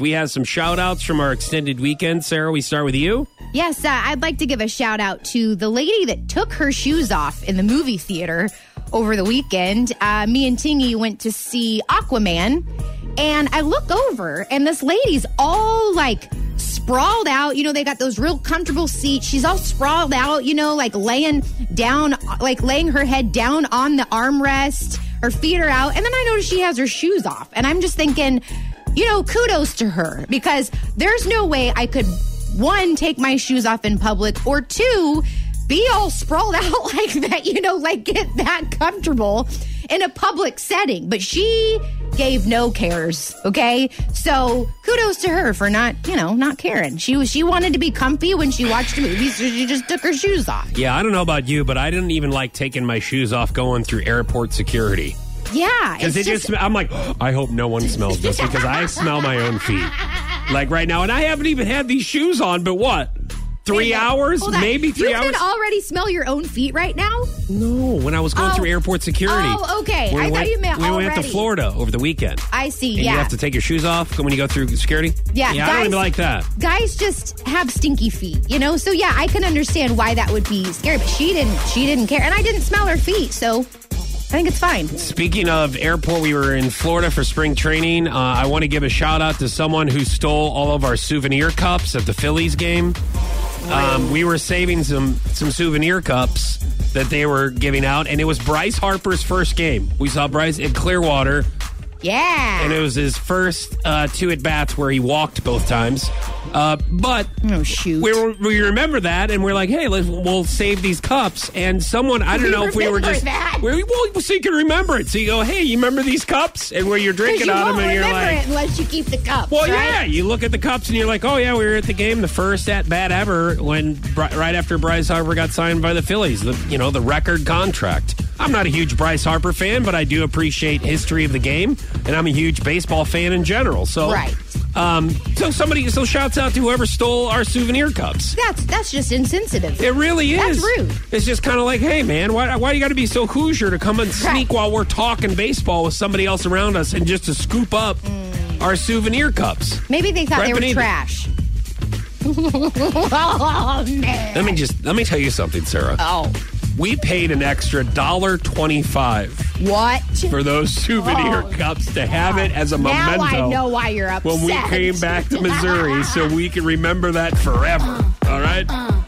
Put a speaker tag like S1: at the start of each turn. S1: We have some shout outs from our extended weekend. Sarah, we start with you.
S2: Yes, uh, I'd like to give a shout out to the lady that took her shoes off in the movie theater over the weekend. Uh, me and Tingy went to see Aquaman, and I look over, and this lady's all like sprawled out. You know, they got those real comfortable seats. She's all sprawled out, you know, like laying down, like laying her head down on the armrest. Her feet are out. And then I notice she has her shoes off. And I'm just thinking, you know, kudos to her because there's no way I could, one, take my shoes off in public, or two, be all sprawled out like that, you know, like get that comfortable in a public setting. But she gave no cares, okay? So kudos to her for not, you know, not caring. She was she wanted to be comfy when she watched a movie, so she just took her shoes off.
S1: Yeah, I don't know about you, but I didn't even like taking my shoes off going through airport security.
S2: Yeah.
S1: Because it just, I'm like, I hope no one smells this because I smell my own feet. Like right now, and I haven't even had these shoes on, but what? Three
S2: Wait a minute.
S1: hours?
S2: Hold on.
S1: Maybe three
S2: you
S1: hours?
S2: can already smell your own feet right now?
S1: no, when I was going
S2: Oh.
S1: through airport security.
S2: Oh, okay.
S1: When
S2: I
S1: we
S2: thought
S1: went-
S2: you meant
S1: We went to
S2: already.
S1: Florida over the weekend.
S2: I see.
S1: And
S2: yeah.
S1: you have to take your shoes off when you go through security?
S2: Yeah,
S1: Yeah, I don't
S2: guys-
S1: even like that.
S2: Guys just have stinky feet, you know? So yeah, I can understand why that would be scary, but she didn't she didn't care. And I didn't smell her feet, so I think it's fine.
S1: Speaking of airport, we were in Florida for spring training. Uh, I want to give a shout out to someone who stole all of our souvenir cups at the Phillies game. Um, we were saving some some souvenir cups that they were giving out, and it was Bryce Harper's first game. We saw Bryce at Clearwater,
S2: Yeah.
S1: and it was his first uh, two at bats where he walked both times. Uh, but
S2: oh shoot.
S1: we, were, we remember that, and we're like, hey, let's, we'll save these cups. And someone, I don't
S2: We
S1: know if we were
S2: remember
S1: just,
S2: that.
S1: we, well, so you can remember it. So you go, hey, you remember these cups? And where you're
S2: 'Cause
S1: drinking
S2: you
S1: out of
S2: won't
S1: them, and you're
S2: remember
S1: like,
S2: it unless you keep the cup.
S1: well,
S2: right?
S1: yeah. You look at the cups, and you're like, oh yeah, we were at the game, the first at bat ever, when Bri- right after Bryce Harper got signed by the Phillies, the you know the record contract. I'm not a huge Bryce Harper fan, but I do appreciate history of the game, and I'm a huge baseball fan in general. So
S2: Right.
S1: Um, so somebody, so shouts out to whoever stole our souvenir cups.
S2: That's that's just insensitive.
S1: It really
S2: That's
S1: is.
S2: rude.
S1: It's just kind of like, hey, man, why, why you got to be so Hoosier to come and sneak
S2: Right.
S1: while we're talking baseball with somebody else around us and just to scoop up
S2: Mm.
S1: our souvenir cups?
S2: Maybe they thought they were
S1: Repanini.
S2: trash. oh man.
S1: Let me just let me tell you something, Sarah.
S2: Oh.
S1: we paid an extra dollar twenty-five
S2: What?
S1: for those souvenir
S2: Oh,
S1: cups to have it as a
S2: now
S1: memento.
S2: I know why you're upset.
S1: when we came back to Missouri so we can remember that forever. All right?